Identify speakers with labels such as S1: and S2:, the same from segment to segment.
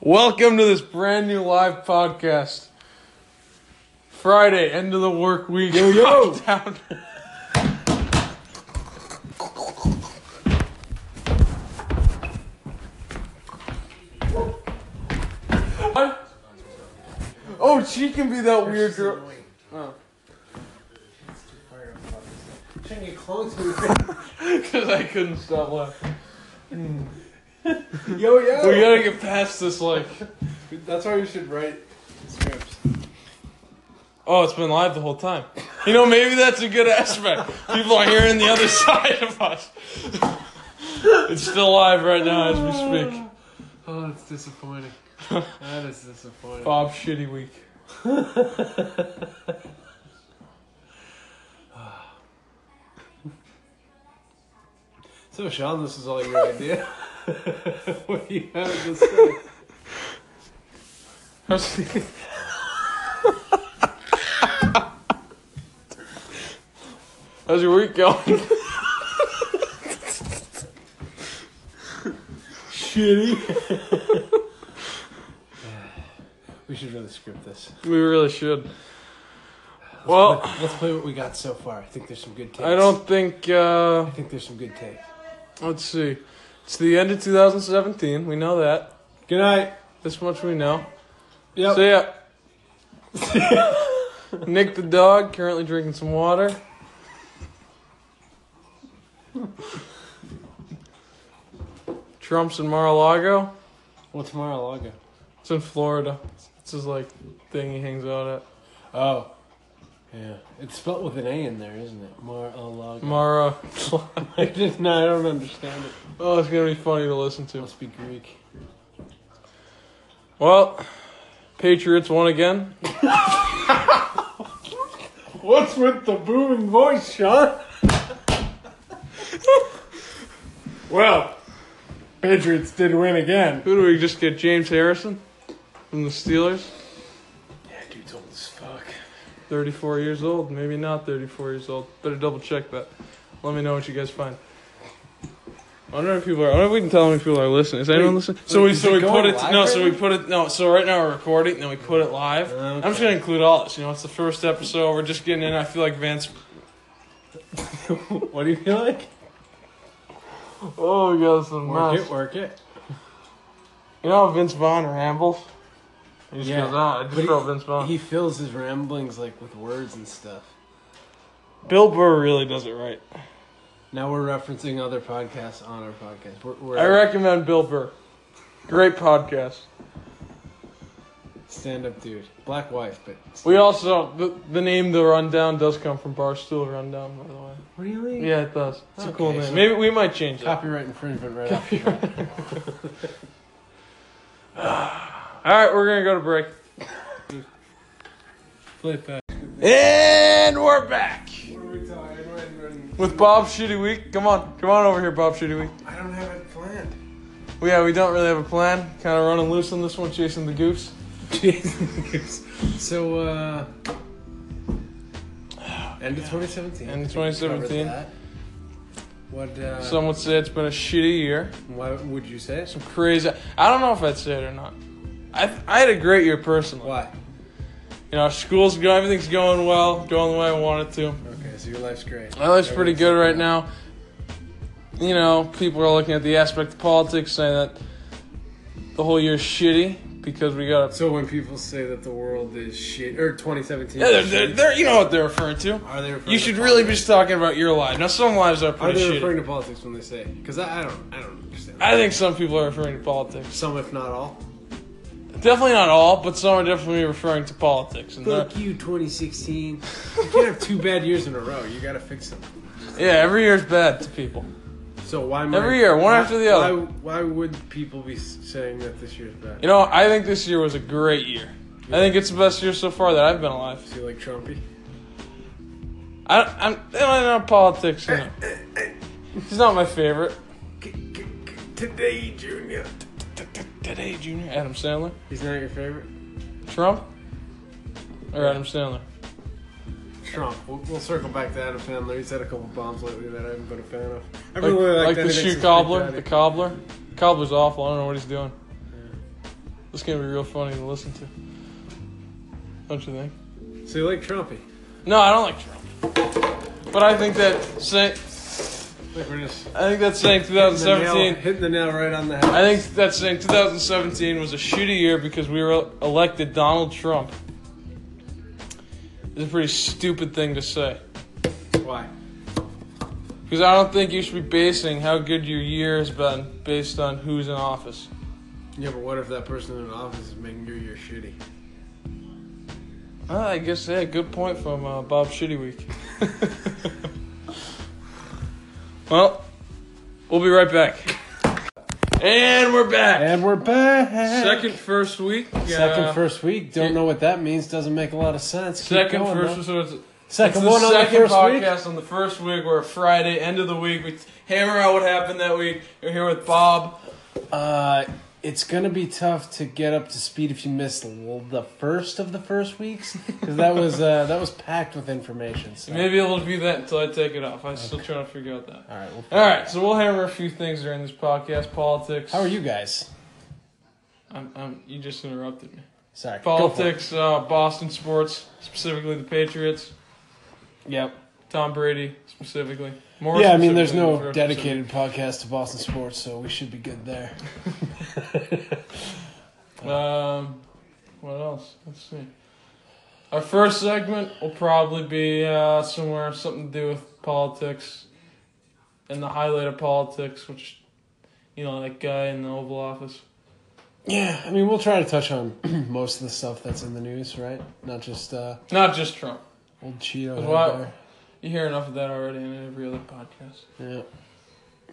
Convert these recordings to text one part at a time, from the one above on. S1: Welcome to this brand new live podcast. Friday, end of the work week. Yo, yo! oh, she can be that weird girl.
S2: Trying to get close to
S1: Because I couldn't stop laughing.
S2: it. Yo, yo.
S1: We gotta get past this, like.
S2: That's why we should write scripts.
S1: Oh, it's been live the whole time. You know, maybe that's a good aspect. People are hearing the other side of us. It's still live right now as we speak.
S2: Oh, that's disappointing. that is disappointing.
S1: Bob Shitty Week.
S2: So, Sean, this is all your idea. what do you have to say?
S1: I was thinking- How's your week going?
S2: Shitty. we should really script this.
S1: We really should. Well,
S2: Let's play what we got so far. I think there's some good takes.
S1: I don't think. Uh,
S2: I think there's some good takes.
S1: let's see. It's the end of 2017. We know that.
S2: Good night.
S1: This much we know.
S2: Yep.
S1: See ya. Nick the dog currently drinking some water. Trump's in Mar-a-Lago.
S2: Well, tomorrow I'll go.
S1: It's in Florida. It's his like thing he hangs out
S2: Oh. Yeah. It's spelled with an A in there, isn't it? Mar-a-Lago.
S1: at. Mara.
S2: I just no, I don't understand it.
S1: Oh, it's gonna be funny to listen
S2: It
S1: to.
S2: must be Greek.
S1: Well, Patriots won again.
S2: What's with the booming voice, Sean? well, Patriots did win again.
S1: Who do we just get? James Harrison from the Steelers.
S2: Yeah, dude's old as fuck.
S1: 34 years old, maybe not 34 years old. Better double check that. Let me know what you guys find. I wonder if people are. I wonder if we can tell how many people are listening. Is anyone
S2: Wait,
S1: listening? So
S2: wait,
S1: we
S2: is
S1: so
S2: it
S1: we put
S2: going
S1: it
S2: live
S1: no.
S2: right
S1: So we
S2: now?
S1: put it no. So right now we're recording. Then we put it live. I'm just
S2: Okay.
S1: gonna include all this. You know, it's the first episode. We're just getting in. I feel like Vance.
S2: what do you feel like?
S1: Oh, we got some
S2: Work it, work it.
S1: You know how Vince Vaughn rambles. He just
S2: Yeah.
S1: goes on. I just
S2: But he-
S1: felt Vince Vaughn.
S2: Uh, He fills his ramblings like with words and stuff.
S1: Bill Burr really does it right.
S2: Now we're referencing other podcasts on our podcast. We're, we're
S1: I recommend Bill Burr. Great podcast.
S2: stand up, dude. Black wife, but
S1: We also the, the name the rundown does come from Barstool Rundown, by the way.
S2: really
S1: Yeah, it does. It's a cool
S2: Okay,
S1: name.
S2: so-
S1: Maybe we might change that.
S2: copyright infringement right after.
S1: All right, we're gonna go to break,
S2: Play it back.
S1: and we're back
S2: What are we talking?
S1: with Bob Shitty Week. Come on, come on over here, Bob Shitty Week.
S2: I don't have it planned.
S1: Well, yeah, we don't really have a plan. Kind of running loose on this one, chasing the goose.
S2: so, uh, end of 2017.
S1: End of
S2: I think we covered
S1: 2017.
S2: that. What, uh,
S1: Some would say it's been a shitty year.
S2: why would you say it?
S1: Some crazy. I don't know if I'd say it or not. I I had a great year personally.
S2: Why?
S1: You know, school's going, everything's going well, going the way I want it to.
S2: Okay, so your life's great.
S1: My life's pretty good right now. You know, people are looking at the aspect of politics, saying that the whole year's shitty because we got. A,
S2: So when people say that the world is shit, or 2017,
S1: yeah,
S2: is
S1: they're, they're,
S2: shit,
S1: they're, you know what they're referring to.
S2: are they referring
S1: You
S2: to
S1: should really be
S2: politics?
S1: just talking about your life. Now, some lives are
S2: Are
S1: pretty
S2: they
S1: shitty.
S2: referring to politics when they say? Because I, I don't, I don't understand.
S1: I think some people are referring to politics.
S2: Some, if not all.
S1: Definitely not all, but some are definitely referring to politics. And they're-
S2: Fuck you, 2016. you can't have two bad years in a row. You gotta fix them.
S1: yeah, every year's bad to people.
S2: So why am
S1: Every year, one
S2: why-
S1: after the other.
S2: Why, why would people be s- saying that this year's bad?
S1: You know, I think this year was a great year. I think it's the best year so far that I've been alive.
S2: Is he like Trumpy?
S1: I, I'm, I don't know politics. You know. He's not my favorite.
S2: Today, Junior.
S1: Today, Junior. Adam Sandler.
S2: He's not your favorite.
S1: Trump? Or Adam Sandler?
S2: Trump. We'll, we'll circle back to Adam Sandler. He's had a couple bombs lately that I haven't been a fan of. I
S1: Like,
S2: haven't really liked
S1: like the
S2: anything
S1: shoe
S2: since
S1: cobbler?
S2: Big
S1: The
S2: Daddy.
S1: cobbler? Cobbler's awful. I don't know what he's doing. This is gonna be real funny to listen to. Don't you think?
S2: So you like Trumpy?
S1: No, I don't like Trump. But I think that say,
S2: Like we're just
S1: I think that saying
S2: hitting the nail-
S1: 2017.
S2: hitting the nail right on the head.
S1: I think that saying 2017 was a shitty year because we were elected Donald Trump. It's a pretty stupid thing to say.
S2: Why?
S1: Because I don't think you should be basing how good your year has been based on who's in office.
S2: Yeah, but what if that person in office is making your year shitty?
S1: Ah, I guess yeah, good point from uh, Bob Shitty Week. well, we'll be right back. And we're back.
S2: And we're back.
S1: Second first week.
S2: Second
S1: uh,
S2: first week. Don't know what that means. Doesn't make a lot of sense. Keep
S1: Second
S2: going,
S1: first.
S2: though.
S1: So it's,
S2: Second
S1: it's
S2: one
S1: the
S2: on
S1: second
S2: the first
S1: podcast on the first week. We're Friday, end of the week. We hammer out what happened that week. You're here with Bob.
S2: week. Uh, it's gonna be tough to get up to speed if you missed l- the first of the first weeks because that was uh, that was packed with information. So.
S1: Maybe it'll be that until I take it off. I'm still trying to figure out that.
S2: All right. We'll
S1: All right, so we'll hammer a few things during this podcast. Politics.
S2: How are you guys?
S1: I'm, I'm, you just interrupted me.
S2: Sorry. go for it.
S1: Politics, uh, Boston sports, specifically the Patriots,
S2: Yep.
S1: Tom Brady, specifically. More
S2: Yeah, I mean, there's
S1: specifically,
S2: no
S1: more
S2: dedicated podcast to Boston sports, so we should be good there.
S1: specific. Um, what else? Let's see. Our first segment will probably be uh, somewhere something to do with politics, and the highlight of politics, which, you know, that guy in the Oval Office.
S2: Yeah, I mean, we'll try to touch on most of the stuff that's in the news, right? Not just uh,
S1: Not just Trump.
S2: old Cheeto.
S1: There's
S2: head
S1: a lot-
S2: there.
S1: You hear enough of that already in every other podcast.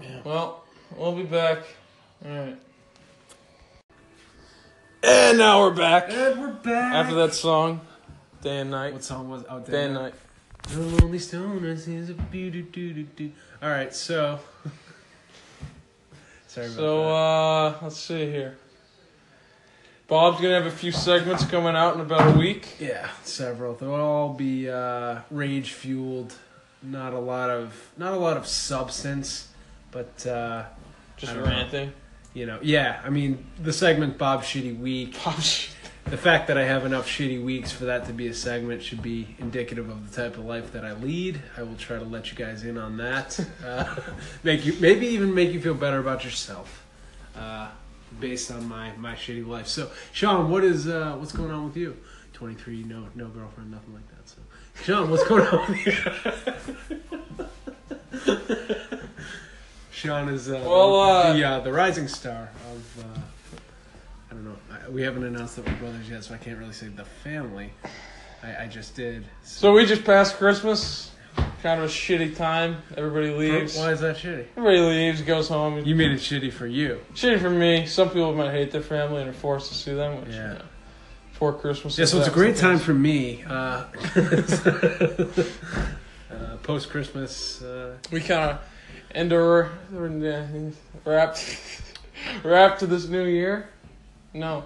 S2: Yeah.
S1: Well, we'll be back. All right. And now we're back.
S2: And we're back.
S1: After that song, day and night.
S2: What song was out
S1: day
S2: there?
S1: and night.
S2: The Lonely Stoner is a doo doo doo doo doo. All right, so. Sorry about
S1: So
S2: that.
S1: uh, let's see here. Bob's gonna have a few segments coming out in about a week.
S2: yeah, several. They'll all be uh, rage fueled. Not a lot of not a lot of substance, but uh,
S1: Just
S2: I don't
S1: ranting.
S2: you know, yeah. I mean, the segment Bob Shitty Week.
S1: Bob's
S2: The fact that I have enough shitty weeks for that to be a segment should be indicative of the type of life that I lead. I will try to let you guys in on that. Uh, make you maybe even make you feel better about yourself, uh, based on my my shitty life. So, Sean, what is uh, what's going on with you? Twenty three, no no girlfriend, nothing like that. So, Sean, what's going on with you? Sean is uh,
S1: Well, uh,
S2: the uh, the rising star of. Uh, I don't know. I, we haven't announced that we're brothers yet, so I can't really say the family. I, I just did.
S1: So we just passed Christmas. Kind of a shitty time. Everybody leaves.
S2: Why is that shitty?
S1: Everybody leaves, goes home.
S2: You made it shitty for you.
S1: Shitty for me. Some people might hate their family and are forced to see them, which
S2: Yeah.
S1: you know, poor Christmas.
S2: Yeah,
S1: is
S2: so it's a
S1: that
S2: great time
S1: sometimes.
S2: for me. Uh, uh, Post Christmas. Uh,
S1: We kind of end our uh, wrap wrap to this new year. No,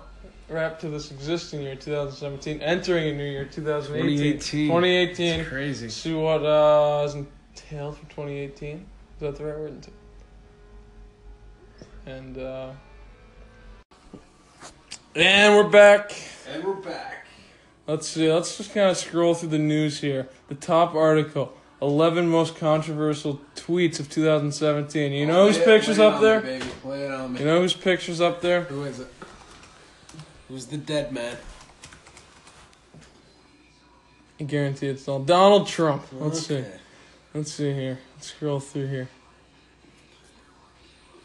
S1: wrap to this existing year, 2017. Entering a new year, 2018.
S2: 2018.
S1: 2018.
S2: It's crazy.
S1: See what uh, is entailed for 2018. Is that the right word? Ent- And uh, and we're back.
S2: And we're back.
S1: Let's see. Let's just kind of scroll through the news here. The top article: eleven most controversial tweets of 2017. You
S2: Oh,
S1: know whose pictures up there?
S2: baby, play it on
S1: You know whose pictures up there?
S2: Who is it? Who's the dead man?
S1: I guarantee it's not Donald Trump. Let's see. Let's see here. Let's scroll through here.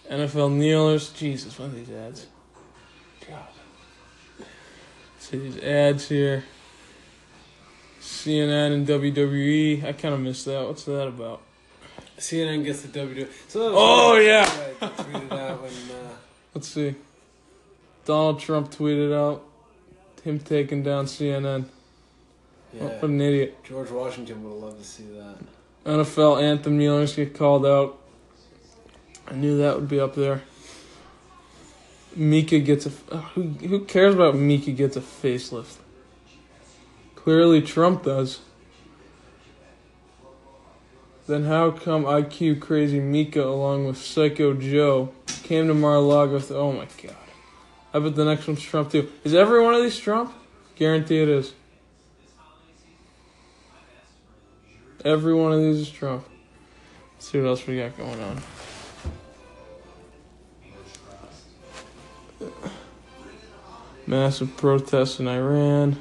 S1: NFL kneelers. Jesus, what are these ads? God. See these ads here. CNN and WWE. I kind of missed that. What's that about?
S2: CNN gets the W. E. So
S1: Oh, yeah.
S2: I tweeted out when. Uh,
S1: Let's see. Donald Trump tweeted out him taking down CNN.
S2: yeah.
S1: Oh, What an idiot.
S2: George Washington would have loved to see that.
S1: NFL anthem kneelers get called out. I knew that would be up there. Mika gets a uh, who, who cares about Mika gets a facelift? Clearly Trump does. Then how come IQ crazy Mika along with Psycho Joe came to Mar-a-Lago? With, oh my god. I bet the next one's Trump too. Is every one of these Trump? Guarantee it is. Every one of these is Trump. Let's see what else we got going on. Massive protests in Iran.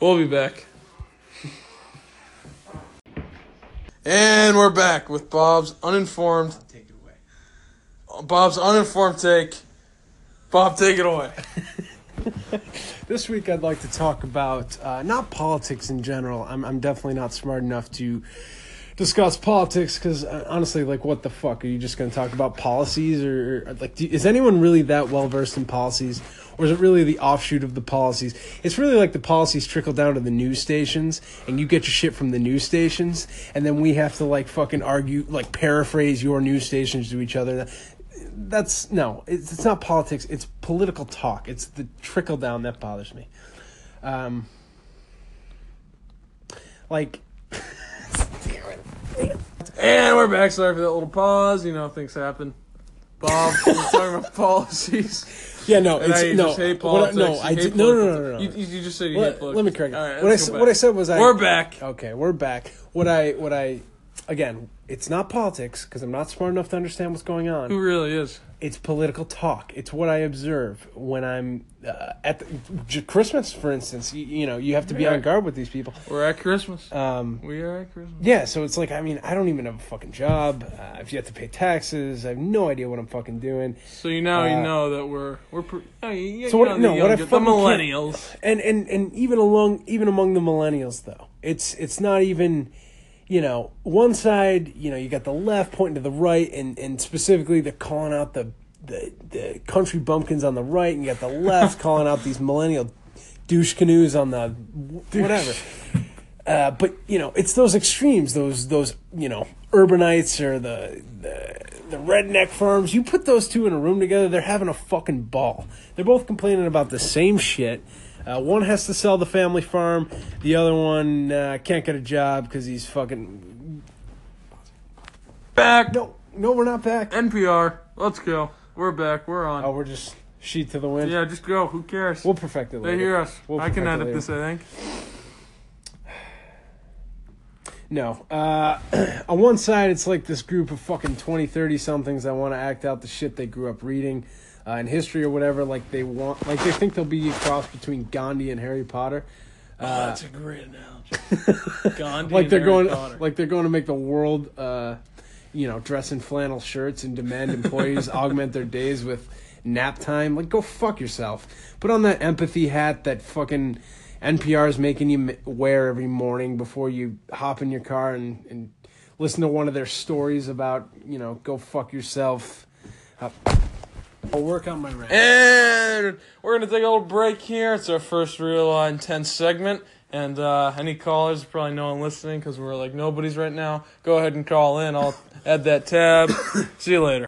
S1: We'll be back. and we're back with Bob's uninformed
S2: Take it away.
S1: Bob's uninformed take. Bob, take it away.
S2: This week, I'd like to talk about uh, not politics in general. I'm, I'm definitely not smart enough to discuss politics because uh, honestly, like, what the fuck? Are you just going to talk about policies? Or, or, like, do, is anyone really that well versed in policies? Or is it really the offshoot of the policies? It's really like the policies trickle down to the news stations, and you get your shit from the news stations, and then we have to, like, fucking argue, like, paraphrase your news stations to each other that's no it's, it's not politics it's political talk it's the trickle down that bothers me um like
S1: And we're back. Sorry for that little pause. You know, things happen. Bob, we're talking about policies.
S2: yeah no
S1: And
S2: it's
S1: I
S2: no
S1: just hate
S2: what I-
S1: politics.
S2: no
S1: You
S2: i
S1: hate
S2: did, no no no
S1: politics.
S2: no, no, no.
S1: You, you- you just said you hate
S2: let,
S1: politics.
S2: let me correct it.
S1: All right,
S2: what, I,
S1: let's
S2: s-
S1: go
S2: what
S1: back.
S2: I said was I,
S1: We're back.
S2: Okay, we're back. What I what I again, it's not politics because I'm not smart enough to understand what's going on
S1: Who really is?
S2: it's political talk. It's what I observe when I'm uh, at the, j- Christmas, for instance. You, you know, you have to be on guard with these people.
S1: We're at Christmas.
S2: Um,
S1: we are at Christmas.
S2: yeah, so it's like I mean, I don't even have a fucking job. Uh, I've yet to pay taxes. I have no idea what I'm fucking doing.
S1: So you now
S2: Uh,
S1: you know that we're we're. Pre- oh, you, you
S2: So what-
S1: know,
S2: no,
S1: the,
S2: what I
S1: young- the
S2: fucking can't-
S1: millennials.
S2: and and and even along even among the millennials though it's it's not even you know one side you know you got the left pointing to the right and and specifically they're calling out the the, the country bumpkins on the right and you got the left calling out these millennial douche canoes on the whatever uh, but you know, it's those extremes, those those you know, urbanites or the, the the redneck farms. You put those two in a room together, they're having a fucking ball. They're both complaining about the same shit. Uh, one has to sell the family farm, the other one uh, can't get a job because he's fucking.
S1: Back.
S2: No, no, we're not back.
S1: NPR. Let's go. We're back. We're on.
S2: Oh, we're just sheet to the wind.
S1: Yeah, just go. Who cares?
S2: We'll perfect it later.
S1: they hear us.
S2: We'll
S1: I can
S2: perfect it
S1: edit
S2: later.
S1: this. I think.
S2: No. Uh, on one side, it's like this group of fucking 20, 30 somethings that want to act out the shit they grew up reading uh, in history or whatever. Like they want, like they think they'll be a cross between Gandhi and Harry Potter.
S1: oh, that's a great analogy. Gandhi.
S2: Like
S1: and
S2: they're
S1: Harry
S2: going,
S1: Potter.
S2: like they're going to make the world, uh, you know, dress in flannel shirts and demand employees augment their days with nap time. Like go fuck yourself. Put on that empathy hat that fucking NPR is making you m- wear every morning before you hop in your car and. and listen to one of their stories about you know go fuck yourself. Uh, I'll work on my rant.
S1: And we're gonna take a little break here. It's our first real uh, intense segment, and uh, any callers probably no one listening because we're like nobody's right now. Go ahead and call in. I'll add that tab. See you later.